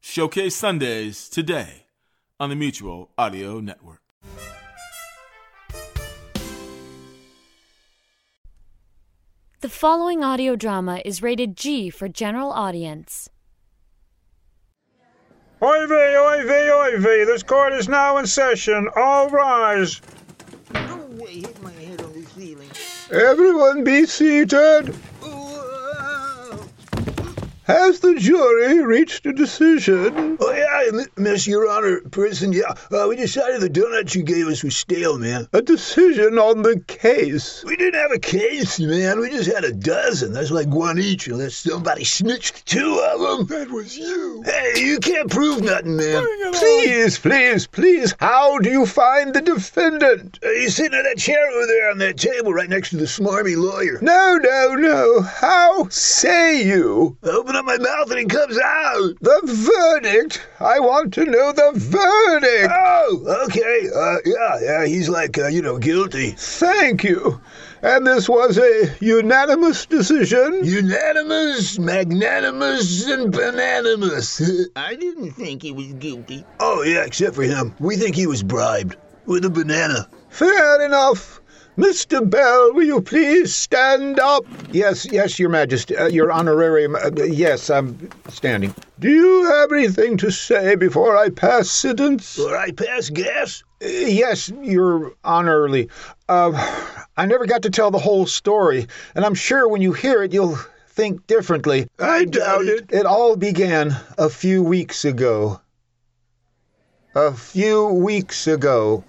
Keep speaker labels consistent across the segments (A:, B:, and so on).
A: Showcase Sundays today on the Mutual Audio Network.
B: The following audio drama is rated G for general audience.
C: Oy vey, oy vey, oy vey. This court is now in session. All rise.
D: No
E: Oh,
D: way hit my head on the ceiling.
C: Everyone be seated.
D: Whoa.
C: Has the jury reached a decision?
E: Oh, yeah, m- Miss Your Honor, prison. Yeah, uh, we decided the donuts you gave us was stale, man.
C: A decision on the case.
E: We didn't have a case, man. We just had a dozen. That's like one each, unless somebody snitched two of them.
C: That was you.
E: Hey, you can't prove nothing, man.
C: Please, please, please, how do you find the defendant?
E: Uh, He's sitting in that chair over there on that table right next to the smarmy lawyer.
C: No, no, no. How say you?
E: I open up my mouth and he comes out.
C: The verdict. I want to know the verdict.
E: Oh, okay. Uh, yeah, yeah. He's like, uh, you know, guilty.
C: Thank you. And this was a unanimous decision.
E: Unanimous, magnanimous, and bananimous.
D: I didn't think he was guilty.
E: Oh, yeah, except for him. We think he was bribed with a banana.
C: Fair enough. Mr. Bell, will you please stand up? Yes, yes, Your Majesty, uh, Your Honorarium. Uh, yes, I'm standing. Do you have anything to say before I pass sentence?
E: Or I pass gas?
C: Uh, yes, Your Honorly. Uh, I never got to tell the whole story, and I'm sure when you hear it, you'll think differently. uh,
E: I doubt it.
C: It all began a few weeks ago. A few weeks ago.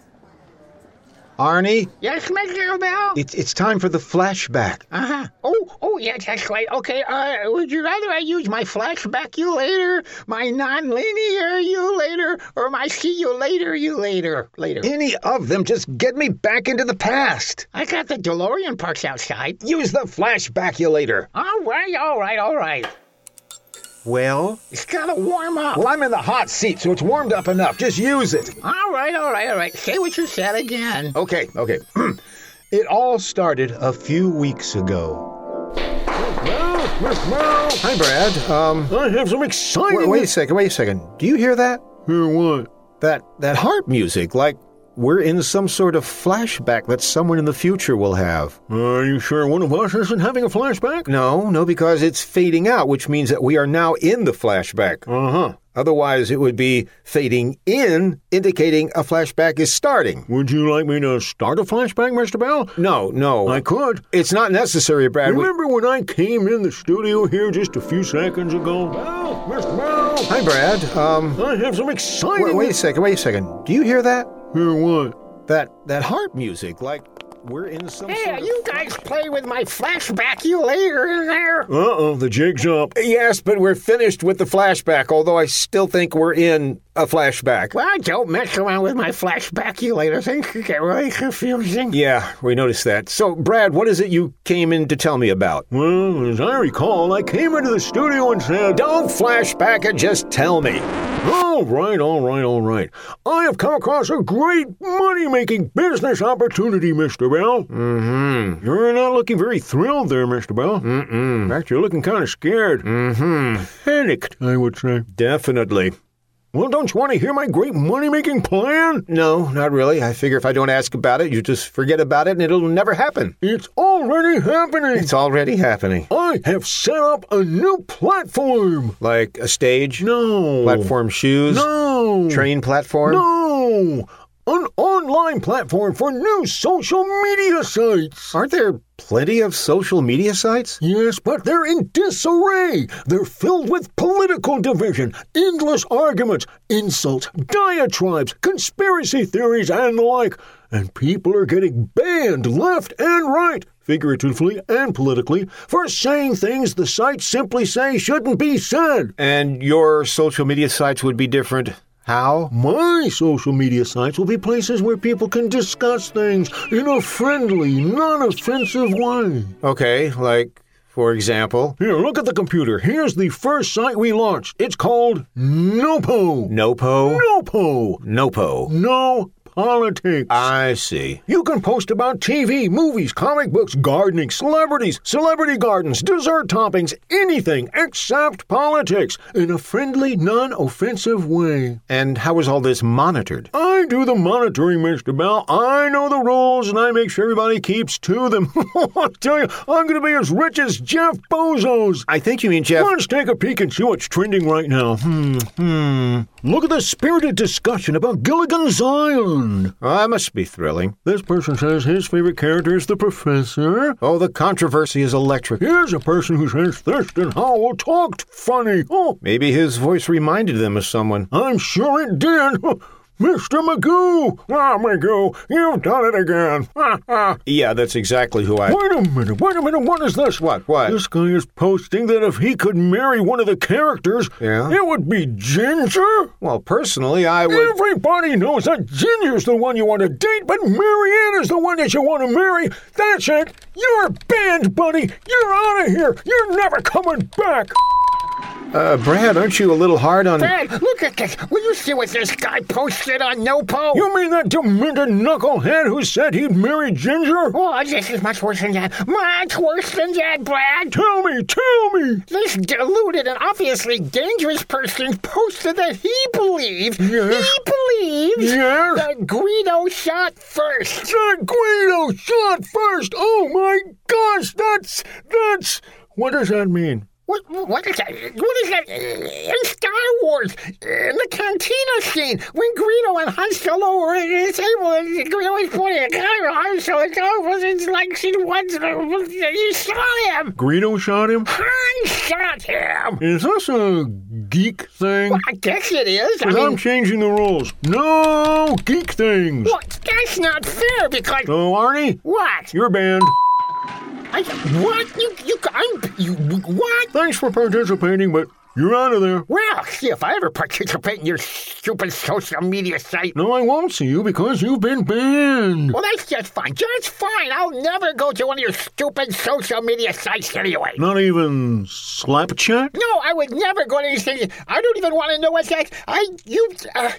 C: Arnie,
F: Yes, Mr. Bell?
C: it's, it's time for the flashback.
F: Uh-huh. Oh, oh, yes, that's right. Okay, uh, would you rather I use my flashback you later, my non-linear you later, or my see you later you later? Later.
C: Any of them, just get me back into the past.
F: I got the DeLorean parts outside.
C: Use the flashback you later.
F: All right, all right, all right.
C: Well?
F: It's gotta warm up.
C: Well, I'm in the hot seat, so it's warmed up enough. Just use it.
F: All right, all right, all right. Say what you said again.
C: Okay, okay. it all started a few weeks ago. Hi, Brad. Um,
E: I have some exciting.
C: wait, wait a second, wait a second. Do you hear that?
E: Hear what?
C: That that harp music, like we're in some sort of flashback that someone in the future will have.
E: Are you sure one of us isn't having a flashback?
C: No, no, because it's fading out, which means that we are now in the flashback.
E: Uh huh.
C: Otherwise, it would be fading in, indicating a flashback is starting.
E: Would you like me to start a flashback, Mr. Bell?
C: No, no.
E: I could.
C: it's not necessary, Brad. We-
E: Remember when I came in the studio here just a few seconds ago? Bell, Mr. Bell,
C: Hi, Brad. Um,
E: I have some exciting.
C: wait, wait a second, wait a second. Do you hear that?
E: Hear what?
C: That that harp music, like we're in some
F: Hey,
C: sort of
F: you guys play with my flashback you later in there.
E: Uh oh, the jig's up.
C: Yes, but we're finished with the flashback, although I still think we're in a flashback.
F: Well, don't mess around with my flashback you later. Things could get really confusing.
C: Yeah, we noticed that. So, Brad, what is it you came in to tell me about?
E: Well, as I recall, I came into the studio and said,
C: Don't flashback it, just tell me.
E: All right, all right, all right. I have come across a great money making business opportunity, Mr. Bell.
C: Mm-hmm.
E: Mm hmm. You're not looking very thrilled there, Mr. Bell. Mm mm. In fact, you're looking kind of scared. Mm
C: Mm-hmm.
E: hmm. Panicked, I would say.
C: Definitely.
E: Well, don't you want to hear my great money making plan?
C: No, not really. I figure if I don't ask about it, you just forget about it and it'll never happen.
E: It's already happening.
C: It's already happening.
E: I have set up a new platform.
C: Like a stage,
E: No.
C: platform shoes,
E: No.
C: train platform.
E: No. An online platform for new social media sites.
C: Aren't there plenty of social media sites?
E: Yes, but they're in disarray. They're filled with political division, endless arguments, insults, diatribes, conspiracy theories, and the like. And people are getting banned left and right, figuratively and politically, for saying things the sites simply say shouldn't be said.
C: And your social media sites would be different. How?
E: My social media sites will be places where people can discuss things in a friendly, non offensive way.
C: Okay, like, for example,
E: Here, look at the computer. Here's the first site we launched. It's called Nopo.
C: Nopo.
E: Nopo.
C: Nopo.
E: No politics.
C: I see.
E: You can post about TV, movies, comic books, gardening, celebrities, celebrity gardens, dessert toppings, anything except politics in a friendly, non offensive way.
C: And how is all this monitored?
E: I do the monitoring, Mr. Bell. I know the rules and I make sure everybody keeps to them. I tell you, I'm going to be as rich as Jeff Bezos.
C: I think you mean Jeff.
E: Let's take a peek and see what's trending right now. Hmm, hmm. Look at the spirited discussion about Gilligan's Island.
C: Oh, that must be thrilling.
E: This person says his favorite character is the professor.
C: Oh, the controversy is electric.
E: Here's a person who says Thurston Howell talked funny. Oh,
C: Maybe his voice reminded them of someone.
E: I'm sure it did. Mr. Magoo! Ah, Magoo, you've done it again. Ha, ha.
C: Yeah, that's exactly who I.
E: Wait a minute, wait a minute, what is this?
C: What? What?
E: This guy is posting that if he could marry one of the characters,
C: Yeah?
E: it would be Ginger?
C: Well, personally, I would.
E: Everybody knows that Ginger's the one you want to date, but Marianne is the one that you want to marry. That's it. You're banned, buddy. You're out of here. You're never coming back.
C: Uh, Brad, aren't you a little hard on.
F: Brad, look at this. Will you see what this guy posted on Nopo?
E: You mean that demented knucklehead who said he'd marry Ginger?
F: Oh, this is much worse than that. Much worse than that, Brad.
E: Tell me, tell me.
F: This deluded and obviously dangerous person posted that he believes,
E: Yes.
F: he believes
E: Yes.
F: that Guido shot first.
E: John Guido shot first. Oh my gosh, that's that's. What does that mean?
F: What, what is that? What is that? uh, In Star Wars, Uh, in the cantina scene, when Greedo and Han Solo are at the table, and Greedo is pointing a gun at Han Solo, it's almost it's like she wants You saw him!
E: Guido shot him.
F: Han shot him!
E: Is this a geek thing?
F: I guess it is. I
E: Because I'm
F: mean,
E: changing the rules. No geek things.
F: what? That's not fair because.
E: So Arnie,
F: What?
E: you're banned.
F: I, what? You, you, I'm, you, what?
E: Thanks for participating, but you're out of there.
F: Well, see if I ever participate in your stupid social media site.
E: No, I won't see you because you've been banned.
F: Well, that's just fine. Just fine. I'll never go to one of your stupid social media sites anyway.
E: Not even Slapchat?
F: No, I would never go to these things. I don't even want to know what's that. I, you, uh,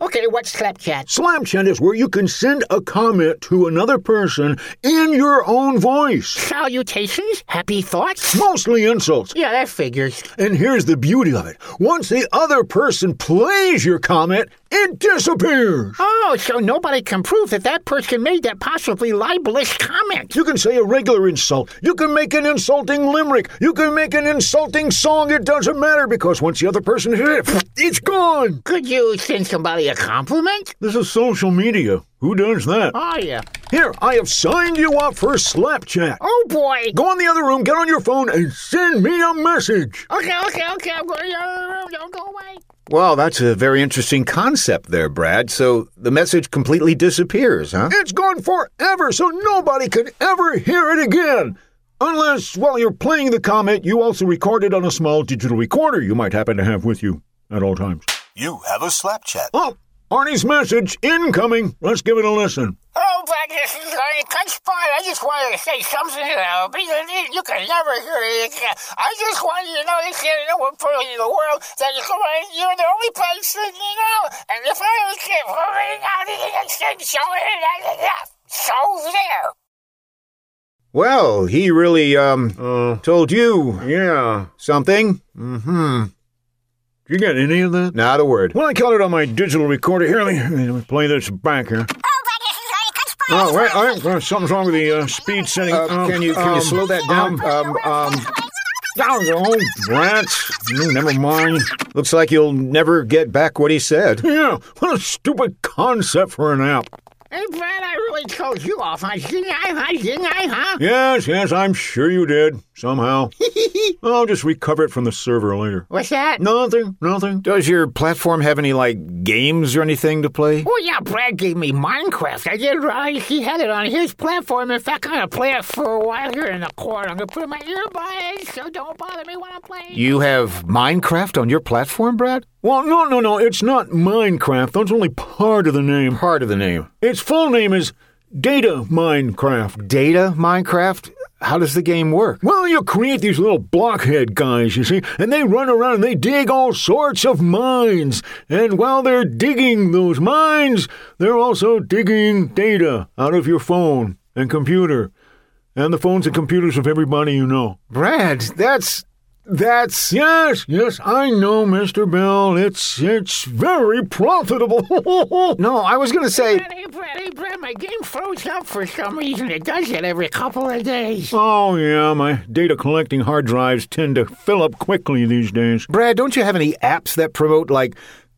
F: okay, what's Slapchat?
E: Slapchat is where you can send a comment to another person in your own voice.
F: Salutations? Happy thoughts?
E: Mostly insults.
F: Yeah, that figures.
E: And here's the beauty of it once the other person plays your comment, it disappears.
F: Oh, so nobody can prove that that person made that possibly libelous comment.
E: You can say a regular insult. You can make an insulting limerick. You can make an insulting song. It doesn't matter because once the other person hears it, it's gone.
F: Could you send somebody a compliment?
E: This is social media. Who does that?
F: Oh, yeah.
E: Here, I have signed you up for Slapchat.
F: Oh, boy.
E: Go in the other room, get on your phone, and send me a message.
F: Okay, okay, okay. I'm going. uh, Don't go away.
C: Well, that's a very interesting concept there, Brad. So the message completely disappears, huh?
E: It's gone forever, so nobody can ever hear it again. Unless, while you're playing the comment, you also record it on a small digital recorder you might happen to have with you at all times.
G: You have a slap chat.
E: Oh, Arnie's message incoming. Let's give it a listen.
F: Oh, but this is uh, that's fine. I just wanted to say something. You, know, because it- you can never hear it. again. I just wanted you to know this is the one part of the world that you come on, you're the only place that you know. And if I was kid, out of the extent, so so there.
C: Well, he really, um,
E: Uh,
C: told you
E: yeah.
C: something.
E: You get any of that?
C: Not a word.
E: Well, I caught it on my digital recorder. Here, let me, let me play this back here. Oh, wait, all right. uh, something's wrong with the uh, speed setting.
C: Uh, can you can you
E: um,
C: slow that down? Um, um,
E: down, you old brats? No, never mind.
C: looks like you'll never get back what he said.
E: Yeah, what a stupid concept for an app.
F: Hey, Brad, I really chose you off, I didn't I? I didn't I, huh?
E: Yes, yes, I'm sure you did. Somehow. I'll just recover it from the server later.
F: What's that?
E: Nothing, nothing.
C: Does your platform have any like games or anything to play?
F: Oh, yeah, Brad gave me Minecraft. I didn't realize he had it on his platform. In fact, I'm going to play it for a while here in the corner. I'm going to put in my earbuds, so don't bother me when I'm playing.
C: You have Minecraft on your platform, Brad?
E: Well, no, no, no, it's not Minecraft. That's only part of the name.
C: Part of the name.
E: Its full name is Data Minecraft.
C: Data Minecraft? How does the game work?
E: Well, you create these little blockhead guys, you see, and they run around and they dig all sorts of mines. And while they're digging those mines, they're also digging data out of your phone and computer. And the phones and computers of everybody you know.
C: Brad, that's. That's.
E: Yes, yes, I know, Mr. Bell. It's it's very profitable.
C: No, I was gonna say.
F: Hey, Brad, hey, Brad, my game froze up for some reason. It does it every couple of days.
E: oh yeah, my data collecting hard drives tend to fill up quickly these days.
C: Brad, don't you have any apps that promote, like,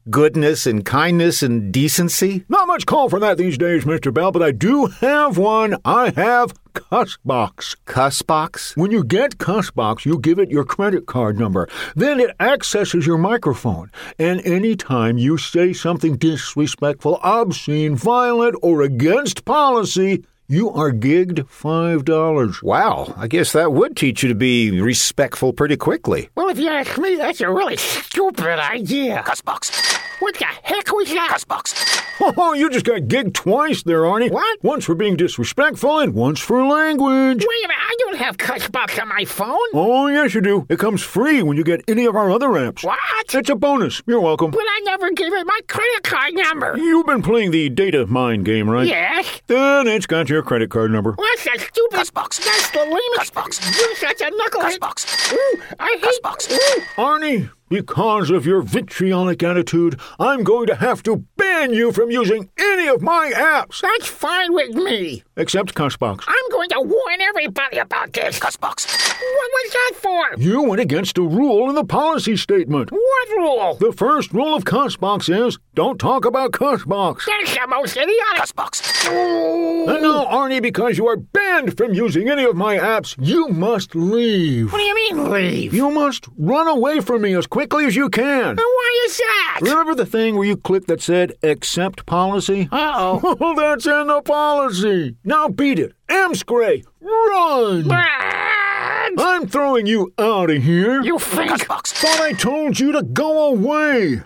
C: goodness and kindness and decency?
E: Not much call for that these days, Mr. Bell, but I do have one. I have Cussbox.
C: Cussbox?
E: When you get Cussbox, you give it your credit card number. Then it accesses your microphone. And anytime you say something disrespectful, obscene, violent, or against policy, you are gigged $5.
C: Wow, I guess that would teach you to be respectful pretty quickly.
F: Well, if you ask me, that's a really stupid idea.
H: Cussbox.
F: What the heck was that?
H: Cussbox.
E: Oh, you just got gigged twice there, Arnie.
F: What?
E: Once for being disrespectful and once for language.
F: Wait a minute, I don't have Cussbox on my phone.
E: Oh, yes, you do. It comes free when you get any of our other apps.
F: What?
E: It's a bonus. You're welcome.
F: But I never gave it my credit card number.
E: You've been playing the data mine game, right?
F: Yes?
E: Then it's got your credit card number.
F: What's that stupid?
H: Cussbox.
F: That's the lamest.
H: Cussbox.
F: You're such a knucklehead.
H: Cussbox.
F: Ooh, I hate.
H: Cussbox.
F: Ooh,
E: Arnie, because of your vitriolic attitude, I'm going to have to ban you from using any of my apps
F: that's fine with me.
E: except Cussbox.
F: I'm going to warn everybody about this. What
H: Cussbox.
F: was that for?
E: You went against a rule in the policy statement.
F: What rule?
E: The first rule of Cussbox is don't talk about Cussbox.
F: That's the most idiotic.
H: Cussbox.
F: Ooh.
E: And now, Arnie, because you are banned from using any of my apps, you must leave.
F: What do you mean leave?
E: You must run away from me as quickly as you can.
F: And Why is that?
E: Remember the thing where you clicked that said accept policy?
F: Uh oh.
E: Oh, that's in the policy. Now beat it. Amscray, run!
F: Brad!
E: I'm throwing you out of here.
F: You think?
H: Cussbox.
E: Thought I told you to go away.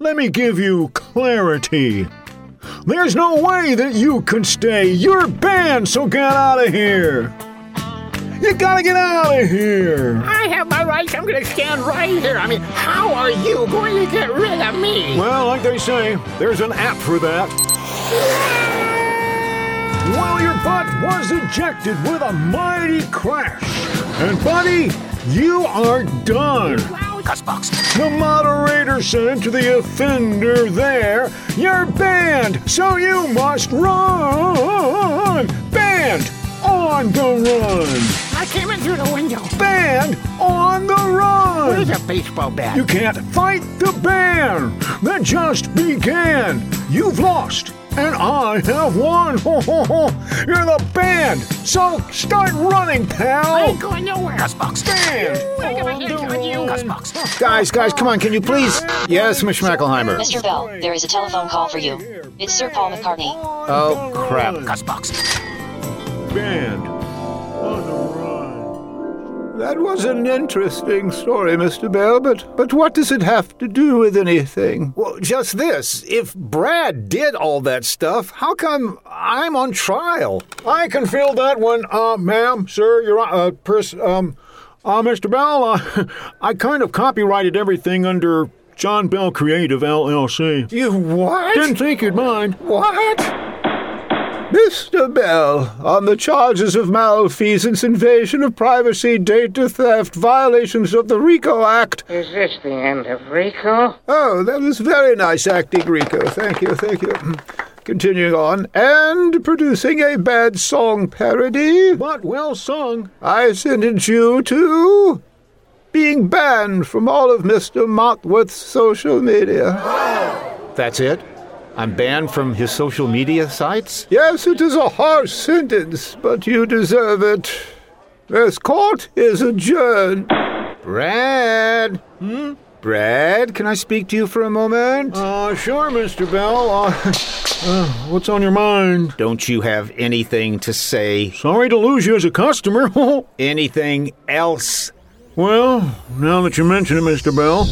E: Let me give you clarity. There's no way that you can stay. You're banned, so get out of here. You gotta get out of here.
F: I have my rights. I'm going to stand right here. I mean, how are you going to get rid of me?
E: Well, like they say, there's an app for that. Well, your butt was ejected with a mighty crash. And, buddy, you are done.
H: Cussbox.
E: The moderator said to the offender there, You're banned, so you must run. Banned on the
F: I came in through the window.
E: run. Banned on the run.
F: There's a baseball bat.
E: You can't fight the ban that just began. You've lost, and I have won. Ho, ho, ho. You're the band, so start running,
F: I
E: pal.
F: ain't going nowhere.
H: Cussbox.
E: Band
F: I got my
E: on
F: hands
E: the
F: on you.
E: run.
H: Cussbox.
C: Guys, guys, come on, can you please? Yes, Miss Schmackelheimer.
B: Mr. Bell, there is a telephone call for you. It's Sir Paul McCartney.
C: Oh, crap.
H: Cussbox.
E: Band on the run.
C: That was an interesting story, Mr. Bell, but, but what does it have to do with anything? Well, just this. If Brad did all that stuff, how come I'm on trial?
E: I can feel that one, uh, ma'am, sir, your uh, pers- um, uh, Mr. Bell, uh, I kind of copyrighted everything under John Bell Creative LLC.
C: You what?
E: Didn't think you'd mind.
C: what? Mr. Bell, on the charges of malfeasance, invasion of privacy, data theft, violations of the RICO Act.
I: Is this the end of Rico?
C: Oh, that was very nice acting, Rico. Thank you, thank you. Continuing on, and producing a bad song parody.
E: but well sung.
C: I sentence you to being banned from all of Mr. Motworth's social media. That's it? I'm banned from his social media sites? Yes, it is a harsh sentence, but you deserve it. This court is adjourned. Brad? Hmm? Brad, can I speak to you for a moment?
E: Uh, sure, Mr. Bell. Uh, uh, what's on your mind?
C: Don't you have anything to say?
E: Sorry to lose you as a customer. Oh,
C: Anything else?
E: well, now that you mention it, Mr. Bell,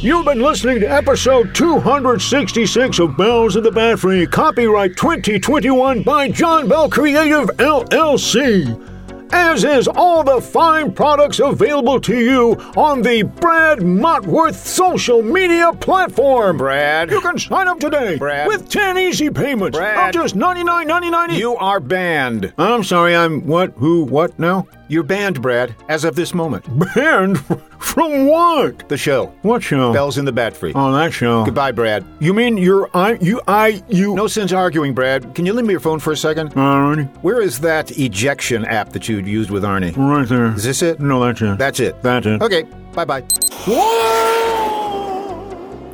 E: you've been listening to episode 266 of Bells of the Bat Free, copyright 2021 by John Bell Creative LLC. as is all the fine products available to you on the Brad Motworth social media platform.
C: Brad.
E: You can sign up today
C: Brad.
E: with 10 easy payments
C: Brad.
E: of just $99.99.
C: You are banned. I'm sorry, I'm what, who, what now? You're banned, Brad, as of this moment.
E: banned from what?
C: The show.
E: What show?
C: Bells in the Bat Free.
E: Oh, that show.
C: Goodbye, Brad.
E: You mean you're I you I you?
C: No sense arguing, Brad. Can you lend me your phone for a second?
E: Alrighty,
C: Where is that ejection app that you used with Arnie?
E: right there.
C: Is this it?
E: No, uh, that's it.
C: That's it.
E: That's it.
C: Okay, bye bye.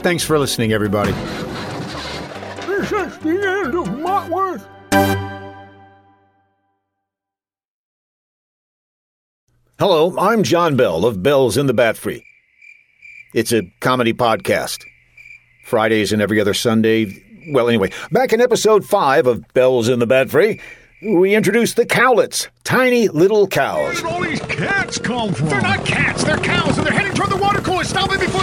C: Thanks for listening, everybody.
E: This is the end of Motworth.
C: Hello, I'm John Bell of Bells in the Bat Free. It's a comedy podcast. Fridays and every other Sunday. Well, anyway, back in episode five of Bells in the Bat Free, we introduced the cowlets, tiny little cows.
E: all these cats come from?
F: They're not cats, they're cows, and they're heading toward the water cooler. Stop it before.